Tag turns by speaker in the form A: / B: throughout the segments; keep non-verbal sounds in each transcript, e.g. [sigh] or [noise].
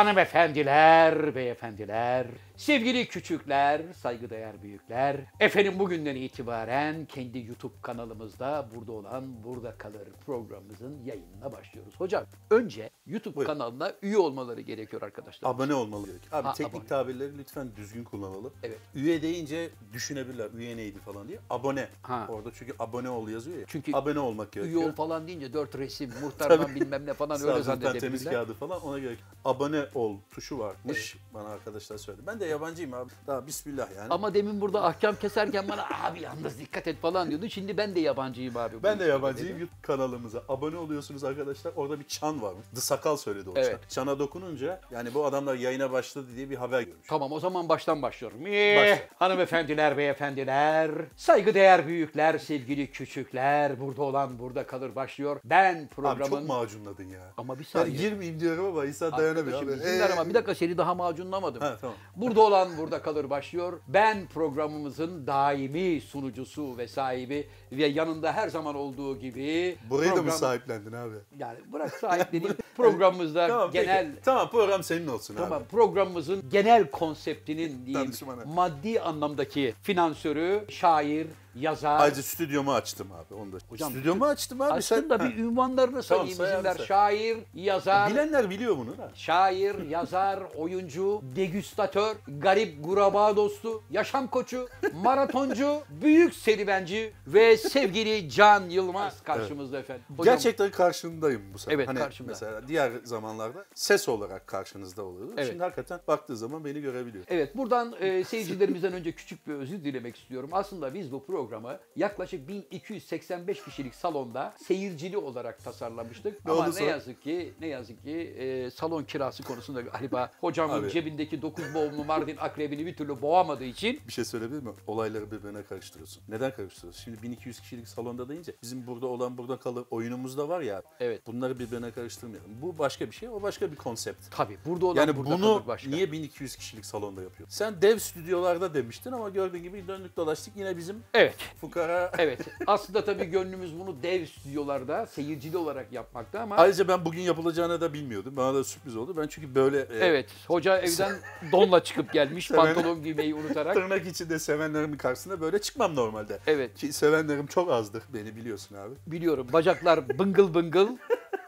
A: Hanımefendiler, beyefendiler, sevgili küçükler, saygıdeğer büyükler. Efendim bugünden itibaren kendi YouTube kanalımızda burada olan Burada Kalır programımızın yayınına başlıyoruz. Hocam önce YouTube
B: Buyurun.
A: kanalına üye olmaları gerekiyor arkadaşlar.
B: Abone olmalı gerekiyor. Abi
A: Ha,
B: teknik
A: abone.
B: tabirleri lütfen düzgün kullanalım.
A: Evet.
B: Üye deyince düşünebilirler. Üye neydi falan diye. Abone.
A: Ha.
B: Orada çünkü abone ol yazıyor ya.
A: Çünkü
B: abone olmak
A: Üye
B: gerekiyor.
A: ol falan deyince dört
B: [laughs]
A: resim, muhtardan bilmem ne falan öyle
B: Sağ alttan temiz
A: zannedebilirler.
B: kağıdı falan ona gerek. Abone ol tuşu varmış. Bana arkadaşlar söyledi. Ben de yabancıyım abi. Daha bismillah yani.
A: Ama demin burada ahkam keserken bana abi yalnız dikkat et falan diyordu. Şimdi ben de yabancıyım abi. bu
B: ben de
A: işlere
B: yabancıyım.
A: dedi.
B: YouTube kanalımıza abone oluyorsunuz arkadaşlar. Orada bir çan varmış. The Sakal söyledi o
A: Evet.
B: çan. Çana dokununca yani bu adamlar yayına başladı diye bir haber görmüş.
A: Tamam o zaman baştan başlıyorum. Ee,
B: Başla.
A: Hanımefendiler, beyefendiler, saygıdeğer büyükler, sevgili küçükler, burada olan burada kalır başlıyor. Ben
B: Abi
A: programın...
B: çok macunladın ya.
A: ama bir
B: Yani
A: saniye.
B: girmeyeyim diyorum ama insan dayanamıyor.
A: Arkadaşım
B: abi. Ee.
A: izin ver ama bir dakika seni daha macunlamadım.
B: Ha, tamam.
A: Burada olan burada kalır başlıyor. Ben programımızın daimi sunucusu ve sahibi ve yanında her zaman olduğu gibi
B: Burayı da mı
A: program-
B: sahiplendin abi?
A: Yani bırak
B: [laughs]
A: sahip dediğim programımızda
B: Tamam
A: genel
B: peki. Tamam program senin olsun
A: Tamam
B: abi.
A: programımızın genel konseptinin diyeyim,
B: Tanışım hani. ana.
A: maddi anlamdaki finansörü, şair, yazar.
B: Ayrıca stüdyomu açtım abi onu da.
A: Hocam,
B: stüdyomu açtım abi
A: Aslında
B: sen.
A: bir ünvanlarını
B: Tamam,
A: sayayım
B: say abi,
A: izin ver.
B: say.
A: Şair,
B: Ha,
A: yazar,
B: Bilenler biliyor bunu da.
A: şair, yazar, oyuncu, degüstatör, garip guraba dostu, yaşam koçu, maratoncu, [laughs] büyük serüvenci ve sevgili Can Yılmaz karşımızda efendim. Hocam,
B: Gerçekten karşındayım bu sefer.
A: Evet,
B: hani
A: karşımda.
B: Mesela diğer zamanlarda ses olarak karşınızda oluyordu.
A: Evet.
B: Şimdi hakikaten baktığı zaman beni görebiliyor.
A: Evet buradan
B: [laughs]
A: e, seyircilerimizden önce küçük bir özür dilemek istiyorum. Aslında biz bu programı yaklaşık 1285 kişilik salonda seyircili olarak tasarlamıştık.
B: Ne
A: Ama
B: oldu
A: ne
B: sonra?
A: yazık ki ne yazık ki e, salon kirası konusunda
B: [laughs]
A: galiba hocamın
B: Abi.
A: cebindeki 9 boğumlu Mardin akrebini bir türlü boğamadığı için
B: Bir şey söyleyebilir mi? Olayları birbirine karıştırıyorsun. Neden karıştırıyorsun? Şimdi 1200 kişilik salonda deyince bizim burada olan burada kalır oyunumuz da var ya.
A: Evet.
B: Bunları birbirine karıştırmayalım. Bu başka bir şey, o başka bir konsept.
A: tabii burada olan
B: Yani
A: burada
B: bunu
A: kalır başka.
B: niye 1200 kişilik salonda yapıyor? Sen dev stüdyolarda demiştin ama gördüğün gibi döndük dolaştık yine bizim
A: Evet.
B: fukara.
A: [laughs] Evet. Aslında tabii gönlümüz bunu dev stüdyolarda seyircili olarak yapmakta ama
B: Ayrıca ben bugün yapılacağını da bilmiyordum. Bana da sürpriz oldu. Ben çünkü böyle e,
A: Evet, hoca evden donla çıkıp gelmiş,
B: Sen-
A: pantolon giymeyi unutarak.
B: tırnak içinde sevenlerimin karşısına böyle çıkmam normalde.
A: Evet.
B: Ki sevenlerim çok azdır beni biliyorsun abi.
A: Biliyorum bacaklar bıngıl bıngıl.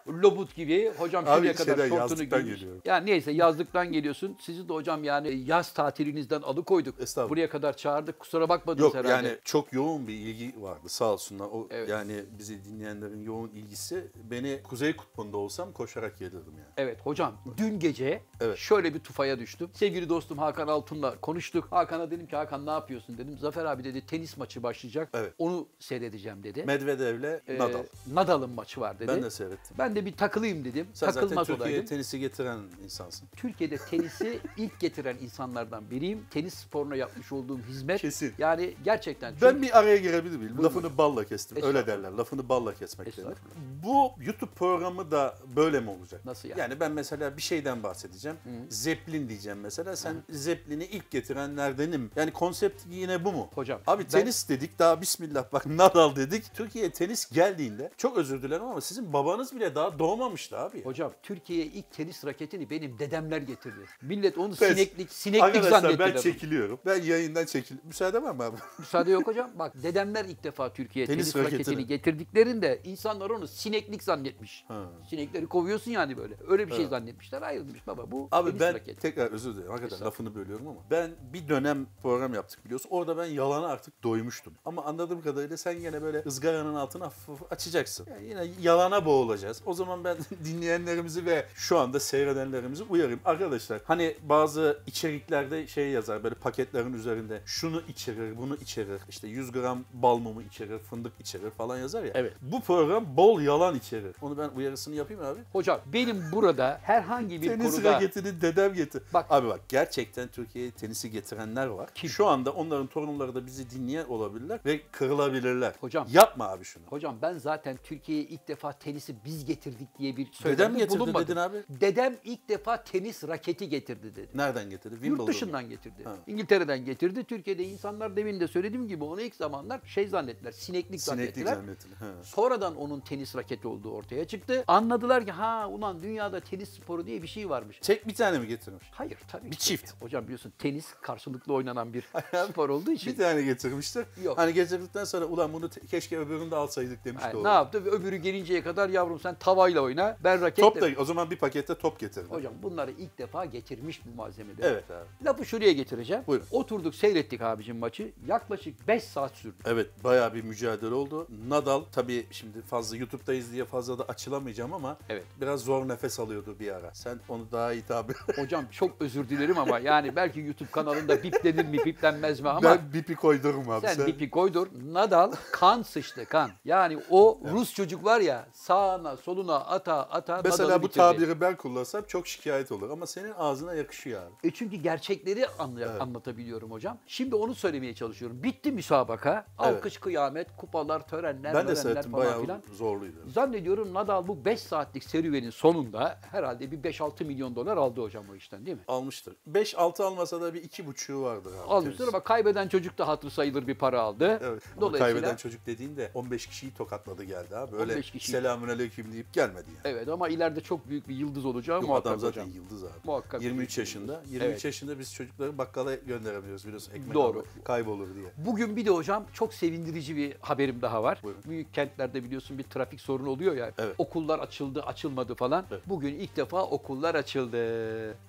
A: Lobut gibi hocam
B: Abi
A: şimdiye kadar
B: şeyden,
A: şortunu
B: yazlıktan
A: giymiş.
B: geliyorum.
A: Ya neyse yazlıktan geliyorsun. Sizi de hocam yani yaz tatilinizden alıkoyduk.
B: Estağfurullah.
A: Buraya kadar çağırdık. Kusura bakmadınız
B: Yok
A: herhalde.
B: yani çok yoğun bir ilgi vardı sağ olsunlar. O,
A: Evet.
B: Yani bizi dinleyenlerin yoğun ilgisi beni Kuzey Kutbu'nda olsam koşarak gelirdim yani.
A: Evet hocam dün gece
B: Evet.
A: şöyle bir tufaya düştüm. Sevgili dostum Hakan Altun'la konuştuk. Hakan'a dedim ki Hakan ne yapıyorsun dedim. Zafer abi dedi tenis maçı başlayacak.
B: Evet.
A: Onu seyredeceğim dedi.
B: Medvedev'le
A: Ee,
B: Nadal.
A: Nadal'ın maçı var dedi.
B: Ben de seyrettim.
A: Ben de bir takılayım dedim.
B: Sen zaten
A: Takılmaz
B: Türkiye'ye
A: olaydım.
B: tenisi getiren insansın.
A: Türkiye'de tenisi ilk getiren insanlardan biriyim. Tenis sporuna yapmış olduğum hizmet
B: Kesin.
A: yani gerçekten çok
B: Ben bir araya girebilir miyim? Lafını balla kestim. Öyle
A: Estağfurullah.
B: derler. Lafını balla kesmek derler.
A: Estağfurullah.
B: Bu YouTube programı da böyle mi olacak?
A: Nasıl yani?
B: Yani ben mesela bir şeyden bahsedeceğim. Zeplin diyeceğim mesela. Sen Zeplin'i ilk getirenlerdenim. Yani konsept yine bu mu?
A: Hocam,
B: Abi
A: ben-
B: tenis dedik daha bismillah bak [laughs] Nadal dedik. Türkiye'ye tenis geldiğinde çok özür dilerim ama sizin babanız bile daha doğmamıştı abi.
A: Hocam Türkiye'ye ilk tenis raketini benim dedemler getirdi. Millet onu
B: Pes.
A: sineklik sineklik
B: Arkadaşlar
A: zannettiler.
B: ben çekiliyorum. Ben yayından çekil. Müsaade var mı abi?
A: Müsaade yok hocam. Bak dedemler ilk defa Türkiye'ye tenis,
B: Tenis
A: raketini.
B: raketini.
A: getirdiklerinde insanlar onu sineklik zannetmiş.
B: Ha.
A: Sinekleri kovuyorsun yani böyle. Öyle bir şey zannetmişler. Hayır demiş baba bu
B: Abi
A: tenis
B: ben
A: raketi.
B: tekrar özür dilerim. Hakikaten
A: Estağfurullah.
B: lafını bölüyorum ama. Ben bir dönem program yaptık biliyorsun. Orada ben yalana artık doymuştum. Ama anladığım kadarıyla sen gene böyle ızgaranın altını hafif hafif açacaksın. Yani yine yalana boğulacağız. O zaman ben [laughs] dinleyenlerimizi ve şu anda seyredenlerimizi uyarayım. Arkadaşlar hani bazı içeriklerde şey yazar böyle paketlerin üzerinde şunu içerir, bunu içerir. İşte 100 gram bal mumu içerir, fındık içerir falan yazar ya.
A: Evet.
B: Bu program bol yalan içerir. Onu ben uyarısını yapayım abi.
A: Hocam benim burada herhangi bir
B: Tenis
A: konuda
B: raketini dedem getir.
A: Bak-
B: Abi bak gerçekten Türkiye'ye tenisi getirenler var.
A: Kim?
B: Şu anda onların torunları da bizi dinleyen olabilirler ve kırılabilirler.
A: Hocam-
B: Yapma abi şunu.
A: Hocam ben zaten Türkiye'ye ilk defa tenisi biz getirdik diye bir
B: Dedem
A: söylemde
B: getirdi
A: bulunmadım.
B: dedin abi.
A: Dedem ilk defa tenis raketi getirdi dedi.
B: Nereden getirdi?
A: Yurt
B: Wimbledon'dan.
A: dışından getirdi.
B: Ha.
A: İngiltere'den getirdi. Türkiye'de insanlar demin de söylediğim gibi onu ilk zamanlar şey zannettiler, sineklik,
B: Sineklik
A: zannettiler.
B: zannettiler. Ha.
A: Sonradan onun tenis raketi olduğu ortaya çıktı. Anladılar ki ha ulan dünyada tenis sporu diye bir şey varmış.
B: Çek bir tane mi getirmiş?
A: Hayır tabii
B: Bir
A: ki.
B: çift.
A: Hocam biliyorsun tenis karşılıklı oynanan bir
B: abi,
A: spor olduğu
B: Bir
A: için.
B: tane getirmişler.
A: Yok.
B: Hani getirdikten sonra ulan bunu te- keşke öbürünü de alsaydık demiş
A: Yani
B: doğru.
A: ne yaptı? Ve Öbürü gelinceye kadar yavrum sen tavayla oyna. Ben raketle.
B: Top da o zaman bir pakette top getirdi.
A: Hocam bunları ilk defa getirmiş bu malzemeleri.
B: Evet abi.
A: Lafı şuraya getireceğim.
B: Buyurun.
A: Oturduk seyrettik abicim maçı. Yaklaşık 5 saat sürdü.
B: Evet bayağı bir mücadele oldu. Nadal tabii şimdi fazla YouTube'dayız diye fazla da açılamayacağım ama
A: Evet.
B: biraz zor nefes alıyordu bir ara. Sen onu daha iyi tabir.
A: [laughs] Hocam çok özür dilerim ama yani belki YouTube kanalında biplenir mi biplenmez mi ama
B: [laughs] ben bipi koydururum abi.
A: sen dipi koydur. Nadal kan sıçtı kan. Yani o Rus çocuk var ya sağına soluna ata ata Nadal'ı
B: Mesela bu
A: bitirdi.
B: tabiri ben kullansam çok şikayet olur ama senin ağzına yakışıyor abi.
A: E çünkü gerçekleri anla-
B: Evet.
A: anlatabiliyorum hocam. Şimdi onu söylemeye çalışıyorum. Bitti müsabaka.
B: Evet.
A: Alkış, kıyamet, kupalar, törenler,
B: Ben de
A: mörenler
B: seyrettim
A: falan
B: bayağı
A: filan.
B: zorluydu.
A: Zannediyorum Nadal bu 5 saatlik serüvenin sonunda herhalde bir 5-6 milyon dolar aldı hocam o işten değil mi?
B: Almıştır. 5-6 almışsa da bir 2,5'ü vardır abi.
A: Almıştır ama kaybeden çocuk da hatırı sayılır bir para aldı.
B: Evet. Ama
A: Dolayısıyla
B: kaybeden çocuk dediğin de 15 kişiyi tokatladı geldi abi.
A: 15
B: Öyle
A: kişiyi.
B: selamun aleyküm deyip gelmedi yani.
A: evet ama ileride çok büyük bir yıldız olacağı
B: Yok,
A: muhakkak
B: adam zaten
A: hocam.
B: yıldız abi.
A: Muhakkak.
B: 23 yaşında. 23
A: Evet.
B: yaşında biz çocukları bakkala gönderemiyoruz biliyorsun ekmek
A: Doğru.
B: almak kaybolur diye.
A: Bugün bir de hocam çok sevindirici bir haberim daha var.
B: Buyurun.
A: Büyük kentlerde biliyorsun bir trafik sorunu oluyor ya.
B: Evet.
A: Okullar açıldı, açılmadı falan.
B: Evet.
A: Bugün ilk defa okullar açıldı.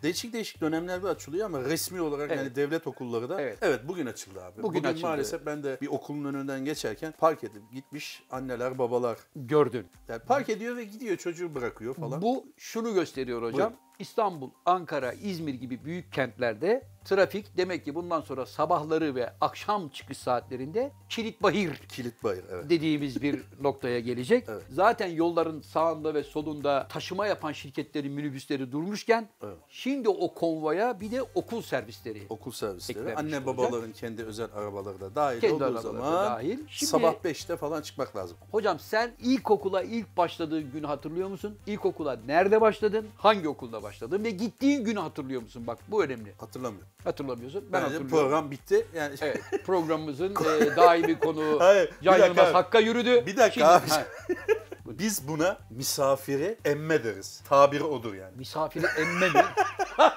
B: Değişik değişik dönemlerde açılıyor ama resmi olarak
A: Evet.
B: yani devlet okulları da
A: Evet.
B: evet, bugün açıldı abi.
A: Bugün
B: Bugün,
A: açıldı.
B: maalesef ben de bir okulun önünden geçerken park edip gitmiş anneler babalar.
A: Gördün.
B: Yani park ediyor ve gidiyor çocuğu bırakıyor falan.
A: Bu şunu gösteriyor hocam.
B: Buyurun.
A: İstanbul, Ankara, İzmir gibi büyük kentlerde trafik demek ki bundan sonra sabahları ve akşam çıkış saatlerinde kilit bahir
B: Kilit bayır evet.
A: dediğimiz bir
B: [laughs]
A: noktaya gelecek.
B: Evet.
A: Zaten yolların sağında ve solunda taşıma yapan şirketlerin minibüsleri durmuşken
B: Evet.
A: şimdi o konvoya bir de okul servisleri.
B: Okul servisleri,
A: Eklenmiş
B: anne
A: olacak.
B: babaların kendi özel arabaları da dahil
A: Kendi
B: olduğu
A: arabaları da
B: zaman
A: dahil. Şimdi-
B: sabah 5'te falan çıkmak lazım.
A: Hocam sen ilkokula ilk başladığın günü hatırlıyor musun? İlkokula nerede başladın? Hangi okulda başladın? Ve gittiğin günü hatırlıyor musun? Bak bu önemli.
B: Hatırlamıyorum.
A: Hatırlamıyorsun. Ben
B: Ben Bence
A: hatırlıyorum.
B: program bitti. Yani
A: Evet, programımızın e, daimi konuğu
B: [laughs] Hayır, bir
A: Can
B: dakika
A: Yılmaz
B: abi.
A: Hakk'a yürüdü.
B: Bir dakika
A: Şimdi-
B: abi.
A: Ha,
B: biz buna misafiri emme deriz. Tabiri odur yani.
A: misafiri emme mi? [laughs]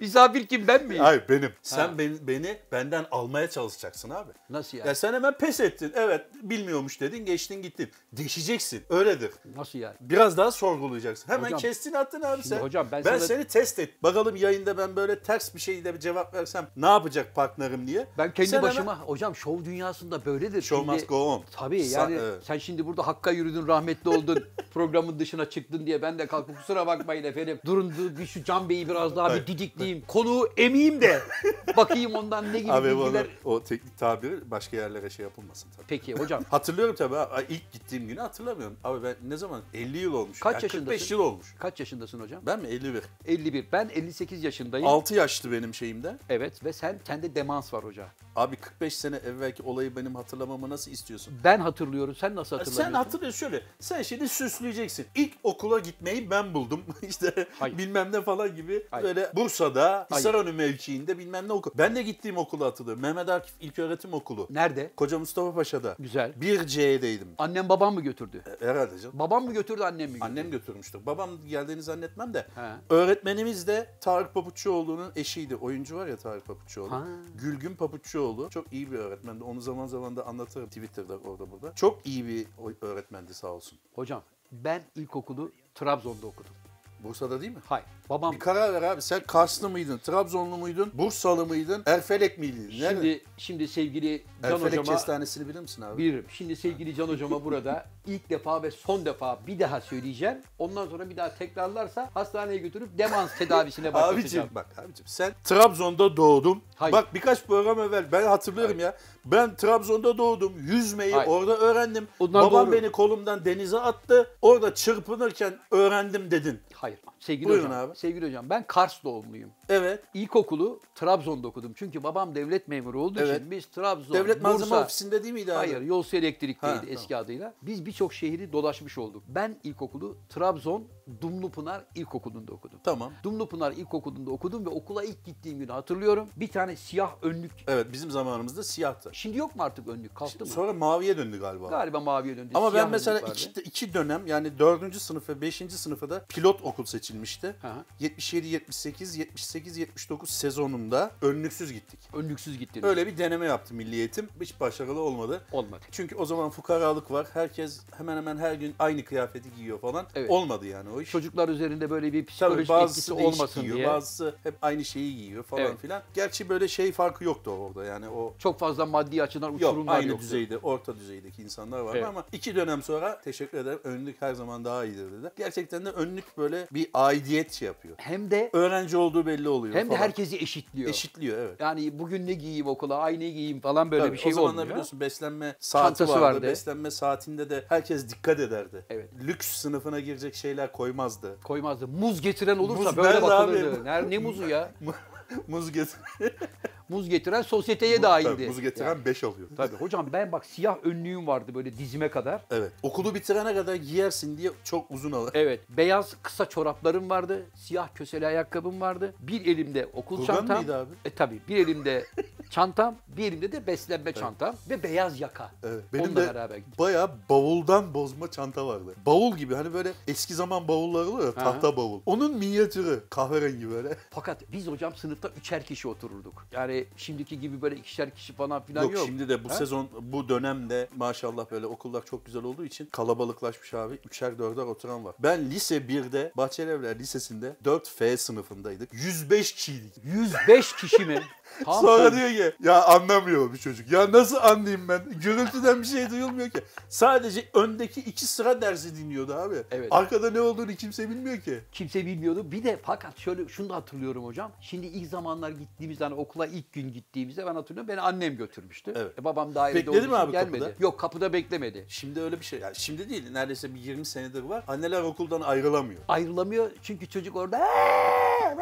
A: Misafir kim ben miyim?
B: Hayır benim. Sen
A: Ha.
B: beni, beni benden almaya çalışacaksın abi.
A: Nasıl yani?
B: Ya sen hemen pes ettin. Evet bilmiyormuş dedin geçtin gittin. Deşeceksin. Öyledir.
A: Nasıl yani?
B: Biraz daha sorgulayacaksın. Hemen
A: Hocam,
B: kestin attın abi
A: şimdi
B: sen.
A: hocam ben sana-
B: seni test et. Bakalım yayında ben böyle ters bir şeyle bir cevap versem ne yapacak partnerim diye.
A: Ben kendi
B: Sen
A: başıma hocam şov dünyasında böyledir.
B: Show
A: Şimdi-
B: must go on.
A: Tabii
B: Sa-
A: yani
B: evet.
A: sen şimdi burada Hakk'a yürüdün, rahmetli
B: [laughs]
A: oldun, programın dışına çıktın diye ben de kalkıp kusura bakmayın efendim. Durun dur, bir şu Can Bey'i biraz daha bir
B: Hayır.
A: didikleyeyim. Konuğu emeyim de bakayım ondan ne gibi
B: Abi bu
A: bilgiler.
B: arada o teknik tabir başka yerlere şey yapılmasın tabii.
A: Peki hocam
B: Hatırlıyorum tabii ha. Ay, ilk gittiğim günü hatırlamıyorum. Abi ben ne zaman? 50 yıl olmuş.
A: Kaç
B: Yani 45
A: yaşındasın?
B: yıl olmuş.
A: kaç yaşındasın hocam?
B: Ben mi? 51.
A: 51. Ben 58 yaşındayım.
B: 6 yaşlı benim şeyimde.
A: Evet ve sen sende demans var hocam.
B: Abi 45 sene evvelki olayı benim hatırlamamı nasıl istiyorsun?
A: Ben hatırlıyorum. Sen nasıl
B: Sen
A: hatırlamıyorsun?
B: hatırlıyorsun şöyle. Sen şimdi süsleyeceksin. İlk okula gitmeyi ben buldum. [laughs] işte
A: Hayır.
B: bilmem ne falan gibi.
A: Hayır.
B: Böyle Bursa'da
A: Hayır.
B: Hisarönü mevkiinde bilmem ne okul. Ben de gittiğim okulu hatırlıyorum. Mehmet Akif İlköğretim Okulu.
A: Nerede?
B: Koca Mustafa Paşa'da.
A: Güzel.
B: 1C'deydim.
A: Annem babam mı götürdü?
B: Herhalde canım.
A: Babam mı götürdü annem mi götürdü?
B: Annem götürmüştü. Babam geldiğini zannetmem de.
A: He.
B: Öğretmenimiz de Tarık Papuççuoğlu'nun eşiydi. Oyuncu var ya Tarık Papuççuoğlu.
A: Ha.
B: Gülgün Papuççuoğlu. Çok iyi bir öğretmendi. Onu zaman zaman da anlatırım Twitter'da orada burada. Çok iyi bir oy- öğretmendi sağ olsun.
A: Hocam ben ilkokulu Trabzon'da okudum.
B: Bursa'da değil mi?
A: Hayır. Babam
B: Bir karar ver abi. Sen Karslı mıydın, Trabzonlu muydun, Bursalı mıydın, Erfelek miydin? Nerede?
A: şimdi şimdi sevgili Can
B: Erfelek
A: hocama
B: kestanesini bilir misin abi?
A: bilirim. Şimdi sevgili Can hocama burada ilk defa ve son defa bir daha söyleyeceğim. Ondan sonra bir daha tekrarlarsa hastaneye götürüp demans tedavisine
B: [laughs] Abicim
A: başlatacağım.
B: bak abicim sen Trabzon'da doğdum.
A: Hayır.
B: Bak birkaç program evvel ben hatırlıyorum ya. Ben Trabzon'da doğdum. Yüzmeyi
A: Hayır.
B: orada öğrendim.
A: Onlar
B: Babam
A: doğru.
B: beni kolumdan denize attı. Orada çırpınırken öğrendim dedin.
A: Hayır. Sevgili
B: Buyurun
A: hocam.
B: abi.
A: Sevgili hocam ben Kars doğumluyum.
B: Evet.
A: İlkokulu Trabzon'da okudum. Çünkü babam devlet memuru olduğu
B: Evet.
A: için biz Trabzon,
B: Devlet Malzeme
A: Bursa,
B: Ofisi'nde değil miydi abi?
A: Hayır, yol suyu elektrikteydi
B: Ha,
A: eski adıyla. Biz birçok şehri dolaşmış olduk. Ben ilkokulu Trabzon Dumlupınar İlkokulu'nda okudum.
B: Tamam.
A: Dumlupınar İlkokulu'nda okudum ve okula ilk gittiğim günü hatırlıyorum. Bir tane siyah önlük.
B: Evet bizim zamanımızda siyahtı.
A: Şimdi yok mu artık önlük? Kalktı mı?
B: Sonra maviye döndü galiba.
A: Galiba maviye döndü.
B: Ama
A: Siyah
B: ben mesela
A: önlük vardı.
B: iki, iki dönem yani dördüncü sınıf ve beşinci sınıfta da pilot okul seçilmişti.
A: Hı hı.
B: 77-78, 78-79 sezonunda önlüksüz gittik.
A: önlüksüz gittiniz.
B: Öyle bir deneme yaptı milli eğitim. Hiç başarılı olmadı.
A: Olmadı.
B: Çünkü o zaman fukaralık var. Herkes hemen hemen her gün aynı kıyafeti giyiyor falan.
A: Evet.
B: Olmadı yani o iş.
A: Çocuklar üzerinde böyle bir
B: Tabii
A: psikolojik etkisi
B: bazısı değişik
A: olmasın
B: giyiyor,
A: diye.
B: bazısı hep aynı şeyi giyiyor falan
A: Evet.
B: filan. Gerçi böyle şey farkı yoktu orada yani o
A: Çok fazla maddi açıdan
B: Yok
A: uçurumlar
B: aynı
A: yoktu.
B: düzeyde, orta düzeydeki insanlar vardı
A: Evet.
B: ama iki dönem sonra teşekkür ederim önlük her zaman daha iyidir dedi. Gerçekten de önlük böyle bir aidiyet şey yapıyor.
A: Hem de
B: Öğrenci olduğu belli oluyor
A: hem de
B: falan.
A: herkesi eşitliyor.
B: eşitliyor evet.
A: Yani bugün ne giyeyim okula, ay ne giyeyim falan böyle
B: Tabii,
A: bir şey
B: o zamanlar
A: olmuyor.
B: biliyorsun beslenme saati
A: Çantası
B: vardı.
A: vardı.
B: Beslenme saatinde de herkes dikkat ederdi.
A: Evet.
B: Lüks sınıfına girecek şeyler koymazdı. [laughs]
A: Koymazdı. Muz getiren olursa
B: Muz
A: böyle
B: nerede
A: bakılırdı.
B: abi?
A: Ner- Ne muzu
B: [laughs]
A: ya?
B: Muz getir.
A: Muz getiren sosyeteye
B: Tabii,
A: dahildi.
B: Muz getiren 5 alıyor.
A: Tabii hocam ben bak siyah önlüğüm vardı böyle dizime kadar.
B: Evet. Okulu bitirene kadar giyersin diye çok uzun alır.
A: Evet beyaz kısa çoraplarım vardı. Siyah köseli ayakkabım vardı. Bir elimde okul
B: Kurgan
A: çantam.
B: mıydı abi?
A: E tabii bir elimde çantam, bir elimde de beslenme çantam ve beyaz yaka.
B: Evet. Benim
A: Onunla
B: de
A: beraber gittim.
B: bayağı bavuldan bozma çanta vardı. Bavul gibi hani böyle eski zaman bavulları olur ya tahta bavul. Onun minyatürü kahverengi böyle.
A: Fakat biz hocam sınıfta üçer kişi otururduk. Yani şimdiki gibi böyle ikişer kişi falan filan
B: Yok,
A: yok.
B: şimdi de bu
A: Ha?
B: sezon bu dönemde maşallah böyle okullar çok güzel olduğu için kalabalıklaşmış abi. Üçer dörder oturan var. Ben lise 1'de Bahçelievler Lisesi'nde 4F sınıfındaydık. 105 kişiydik.
A: 105 kişi
B: [laughs]
A: mi? Tam
B: Sonra
A: öyle.
B: diyor ki ya anlamıyor bir çocuk. Ya nasıl anlayayım ben? Gürültüden bir şey duyulmuyor ki. Sadece öndeki iki sıra dersi dinliyordu abi.
A: Evet.
B: Arkada ne olduğunu kimse bilmiyor ki.
A: Kimse bilmiyordu. Bir de fakat şöyle şunu da hatırlıyorum hocam. Şimdi ilk zamanlar gittiğimiz hani okula ilk gün gittiğimizde ben hatırlıyorum beni annem götürmüştü.
B: Evet.
A: E, babam dairede
B: Bekledi
A: olduğu
B: mi
A: için
B: abi
A: gelmedi.
B: kapıda?
A: Yok kapıda beklemedi.
B: Şimdi öyle bir şey. Yani şimdi değil. Neredeyse bir 20 senedir var. Anneler okuldan ayrılamıyor.
A: Ayrılamıyor çünkü çocuk orada "Eee,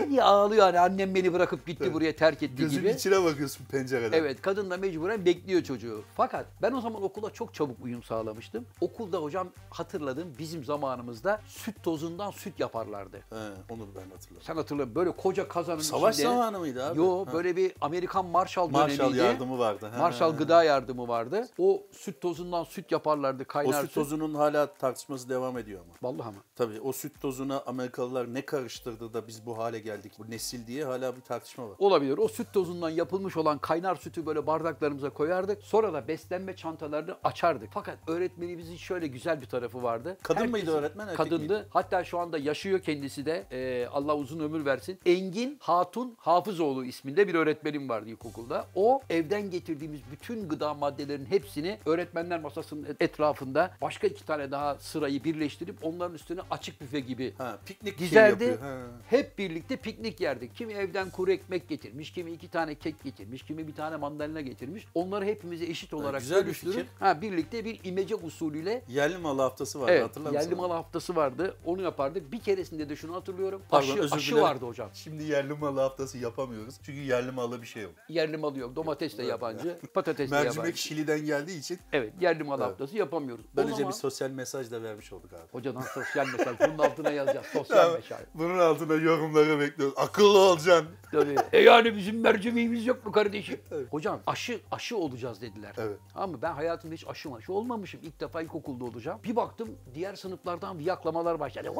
A: eee" diye ağlıyor. Hani annem beni bırakıp gitti
B: Evet.
A: buraya terk etti
B: Gözün
A: gibi.
B: içine bakıyorsun pencereden.
A: Evet kadın da mecburen bekliyor çocuğu. Fakat ben o zaman okula çok çabuk uyum sağlamıştım. Okulda hocam hatırladım bizim zamanımızda süt tozundan süt yaparlardı.
B: He, onu ben hatırladım.
A: Sen hatırla böyle koca kazanın
B: Savaş
A: içinde.
B: zamanı mıydı abi?
A: Yo
B: Ha.
A: böyle bir Amerikan Marshall dönemiydi.
B: Marshall yardımı vardı. He.
A: Marshall gıda yardımı vardı. O süt tozundan süt yaparlardı
B: O
A: kaynar
B: süt tozunun hala tartışması devam ediyor ama.
A: Vallahi ama.
B: Tabii o süt tozuna Amerikalılar ne karıştırdı da biz bu hale geldik. Bu nesil diye hala bir tartışma var.
A: Olabilir. O süt tozundan yapılmış olan kaynar sütü böyle bardaklarımıza koyardık. Sonra da beslenme çantalarını açardık. Fakat öğretmenimizin şöyle güzel bir tarafı vardı.
B: Kadın
A: Herkesin-
B: mıydı öğretmen, erkek
A: Kadındı.
B: miydi?
A: Hatta şu anda yaşıyor kendisi de. Ee, Allah uzun ömür versin. Engin Hatun Hafızoğlu isminde bir öğretmenim vardı ilkokulda. O evden getirdiğimiz bütün gıda maddelerinin hepsini öğretmenler masasının et- etrafında başka iki tane daha sırayı birleştirip onların üstüne açık büfe gibi
B: Ha, piknik şeyi
A: Dizerdi.
B: yapıyor. Ha.
A: Hep birlikte piknik yerdik. Kimi evden kuru ekmek getirmiş, kimi iki tane kek getirmiş, kimi bir tane mandalina getirmiş. Onları hepimize eşit olarak
B: güzel bir
A: bölüştürüp,
B: fikir.
A: ha, birlikte bir imece usulüyle
B: Yerli malı haftası vardı
A: Evet,
B: hatırlar mısın?
A: yerli malı haftası vardı. Onu yapardık. Bir keresinde de şunu hatırlıyorum.
B: Pardon,
A: aşı
B: özür
A: aşı
B: dilerim.
A: vardı hocam.
B: Şimdi yerli malı haftası yapamıyoruz. Çünkü yerli malı bir şey yok.
A: Yerli malı yok. Domates de yabancı, patates de
B: Mercimek
A: yabancı.
B: Şili'den geldiği için
A: Evet, yerli malı
B: Evet.
A: haftası yapamıyoruz. O
B: böylece
A: zaman
B: bir sosyal mesaj da vermiş olduk abi.
A: hocadan sosyal mesaj. Bunun altına yazacağız. Sosyal
B: Tamam.
A: mesaj.
B: Bunun altına yorumları bekliyoruz. Akıllı olacaksın.
A: Tabii. E yani bizim mercimeğimiz yok mu kardeşim? Hocam aşı aşı olacağız dediler.
B: Evet.
A: Ama ben hayatımda hiç aşı maşı olmamışım. İlk defa ilkokulda olacağım. Bir baktım diğer sınıflardan viyaklamalar başladı.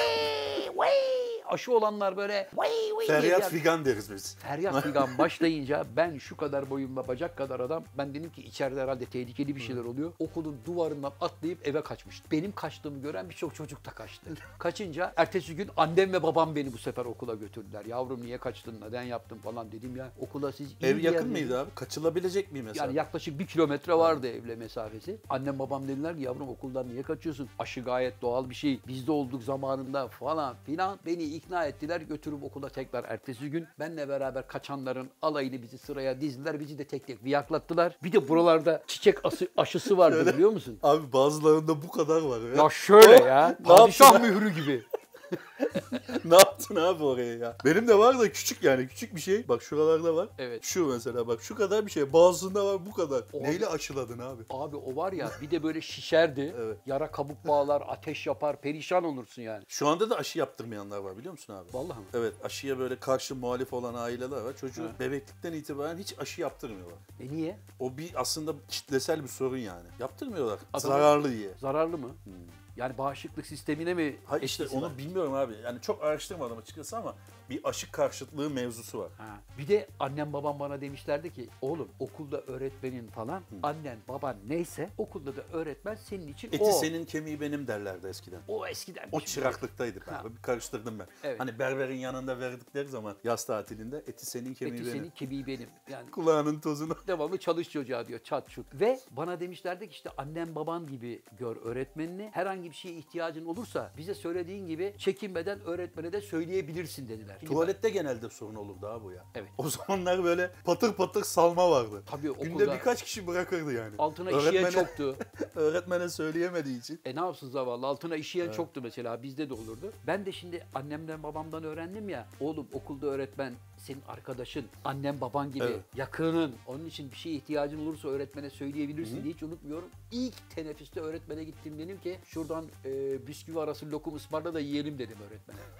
A: Vay! Vay! Aşı olanlar böyle vay vay diye
B: Feryat
A: bir-
B: figan deriz biz. [laughs]
A: Feryat figan başlayınca ben şu kadar boyumla bacak kadar adam ben dedim ki içeride herhalde tehlikeli bir şeyler oluyor. Okulun duvarından atlayıp eve kaçmıştım. Benim kaçtığımı gören birçok çocuk da
B: [laughs]
A: kaçtı. Kaçınca ertesi gün annem ve babam beni bu sefer okula götürdüler. Yavrum niye kaçtın neden yaptın falan dedim ya. Okula siz iyi
B: Ev
A: bir
B: yakın
A: yer-
B: mıydı abi? Kaçılabilecek miyim mesela?
A: Yani yaklaşık bir kilometre vardı evle mesafesi. Annem babam dediler ki yavrum okuldan niye kaçıyorsun? Aşı gayet doğal bir şey. Biz de olduk zamanında falan filan. Beni ikna ettiler götürüp okula tekrar ertesi gün. Benle beraber kaçanların alayını bizi sıraya dizdiler. Bizi de tek tek viyaklattılar. Bir de buralarda çiçek ası- aşısı vardı biliyor musun?
B: Abi bazılarında bu kadar var ya. Oh,
A: Ya şöyle ya.
B: Ne
A: Padişah
B: yaptın?
A: mührü gibi.
B: [laughs] ne yaptın abi oraya ya? Benim de var da küçük yani küçük bir şey. Bak şuralarda var.
A: Evet.
B: Şu mesela bak şu kadar bir şey. Bazısında var bu kadar.
A: Oğlum.
B: Neyle aşıladın abi?
A: Abi o var ya bir de böyle şişerdi.
B: Evet.
A: Yara kabuk bağlar, ateş yapar, perişan olursun yani.
B: Şu anda da aşı yaptırmayanlar var biliyor musun abi?
A: Vallahi mi?
B: Evet aşıya böyle karşı muhalif olan aileler var. Çocuğu bebeklikten itibaren hiç aşı yaptırmıyorlar.
A: E niye?
B: O bir aslında kitlesel bir sorun yani. Yaptırmıyorlar.
A: Adam-
B: Zararlı diye.
A: Zararlı mı? Yani bağışıklık sistemine mi
B: Hayır Hmm. işte
A: etkisi
B: onu
A: var?
B: bilmiyorum abi. Yani çok araştırmadım açıkçası ama bir aşı karşıtlığı mevzusu var.
A: Ha. Bir de annem babam bana demişlerdi ki oğlum okulda öğretmenin falan
B: Hmm.
A: annen baban neyse okulda da öğretmen senin için
B: Eti
A: o.
B: senin kemiği benim derlerdi eskiden.
A: O eskiden. şey
B: O çıraklıktaydık abi. Bir karıştırdım ben.
A: Evet.
B: Hani berberin yanında verdikleri zaman yaz tatilinde eti senin kemiği
A: Eti
B: benim.
A: senin kemiği benim. Yani [laughs]
B: Kulağının tozunu.
A: devamlı çalış çocuğa diyor çat çut. Ve bana demişlerdi ki işte annen baban gibi gör öğretmenini. Herhangi bir şeye ihtiyacın olursa bize söylediğin gibi çekinmeden öğretmene de söyleyebilirsin dediler. Şimdi
B: Tuvalette genelde sorun olurdu abi bu ya.
A: Evet.
B: O zamanlar böyle patır patır salma vardı.
A: Tabii
B: Günde
A: okulda-
B: birkaç kişi bırakırdı yani.
A: Altına işeyen çoktu.
B: öğretmene söyleyemediği için.
A: E ne yapsın zavallı altına işeyen çoktu mesela bizde de olurdu. Ben de şimdi annemden babamdan öğrendim ya oğlum okulda öğretmen senin arkadaşın, annen baban gibi
B: Evet.
A: yakının. Onun için bir şeye ihtiyacın olursa öğretmene söyleyebilirsin diye hiç unutmuyorum. İlk teneffüste öğretmene gittim dedim ki şuradan e, bisküvi arası lokum ısmarla da yiyelim dedim öğretmene.
B: [laughs]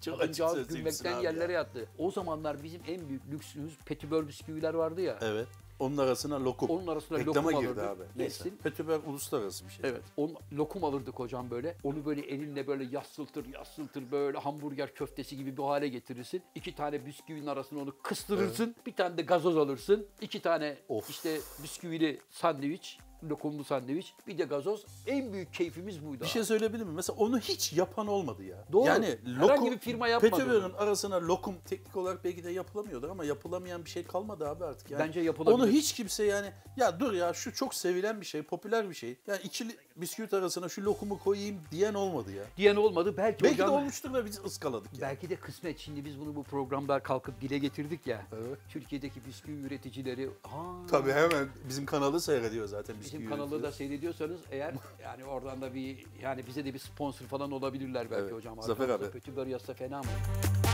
B: Çok açık
A: Kadıncağız
B: sözlüymüşsün
A: gülmekten
B: abi ya.
A: yerlere yattı. O zamanlar bizim en büyük lüksümüz petibör bisküviler vardı ya.
B: Evet. Onun arasına lokum.
A: Onun arasına
B: Reklama
A: lokum
B: girdi
A: alırdık.
B: abi. Neyse.
A: Yesin.
B: Petibör uluslararası bir şey.
A: Evet. Onu, lokum alırdık hocam böyle. Onu böyle elinle böyle yassıltır yassıltır böyle hamburger köftesi gibi bir hale getirirsin. İki tane bisküvinin arasına onu kıstırırsın. Bir tane de gazoz alırsın. İki tane
B: Of.
A: işte bisküvili sandviç, lokumlu sandviç, bir de gazoz. En büyük keyfimiz buydu.
B: Bir
A: abi.
B: şey söyleyebilir miyim? Mesela onu hiç yapan olmadı ya.
A: Doğru.
B: Yani
A: Herhangi
B: lokum,
A: bir firma yapmadı
B: Petibör'ün arasına lokum teknik olarak belki de yapılamıyordur ama yapılamayan bir şey kalmadı abi artık. Yani
A: Bence yapılabilir.
B: Onu hiç kimse yani ya dur ya şu çok sevilen bir şey, popüler bir şey. Yani ikili bisküvit arasına şu lokumu koyayım diyen olmadı ya.
A: Diyen olmadı. Belki,
B: Belki
A: hocam...
B: de olmuştur da biz ıskaladık yani.
A: Belki de kısmet. Şimdi biz bunu bu programda kalkıp dile getirdik ya.
B: Evet.
A: Türkiye'deki bisküvi üreticileri. Ha,
B: Tabii hemen bizim kanalı seyrediyor zaten bisküvi.
A: Bizim kanalı da
B: üreticileri.
A: seyrediyorsanız
B: [laughs]
A: eğer yani oradan da bir yani bize de bir sponsor falan olabilirler belki
B: Evet.
A: hocam.
B: Zafer
A: Arkamızda
B: abi.
A: Kötü bir yazsa fena mı?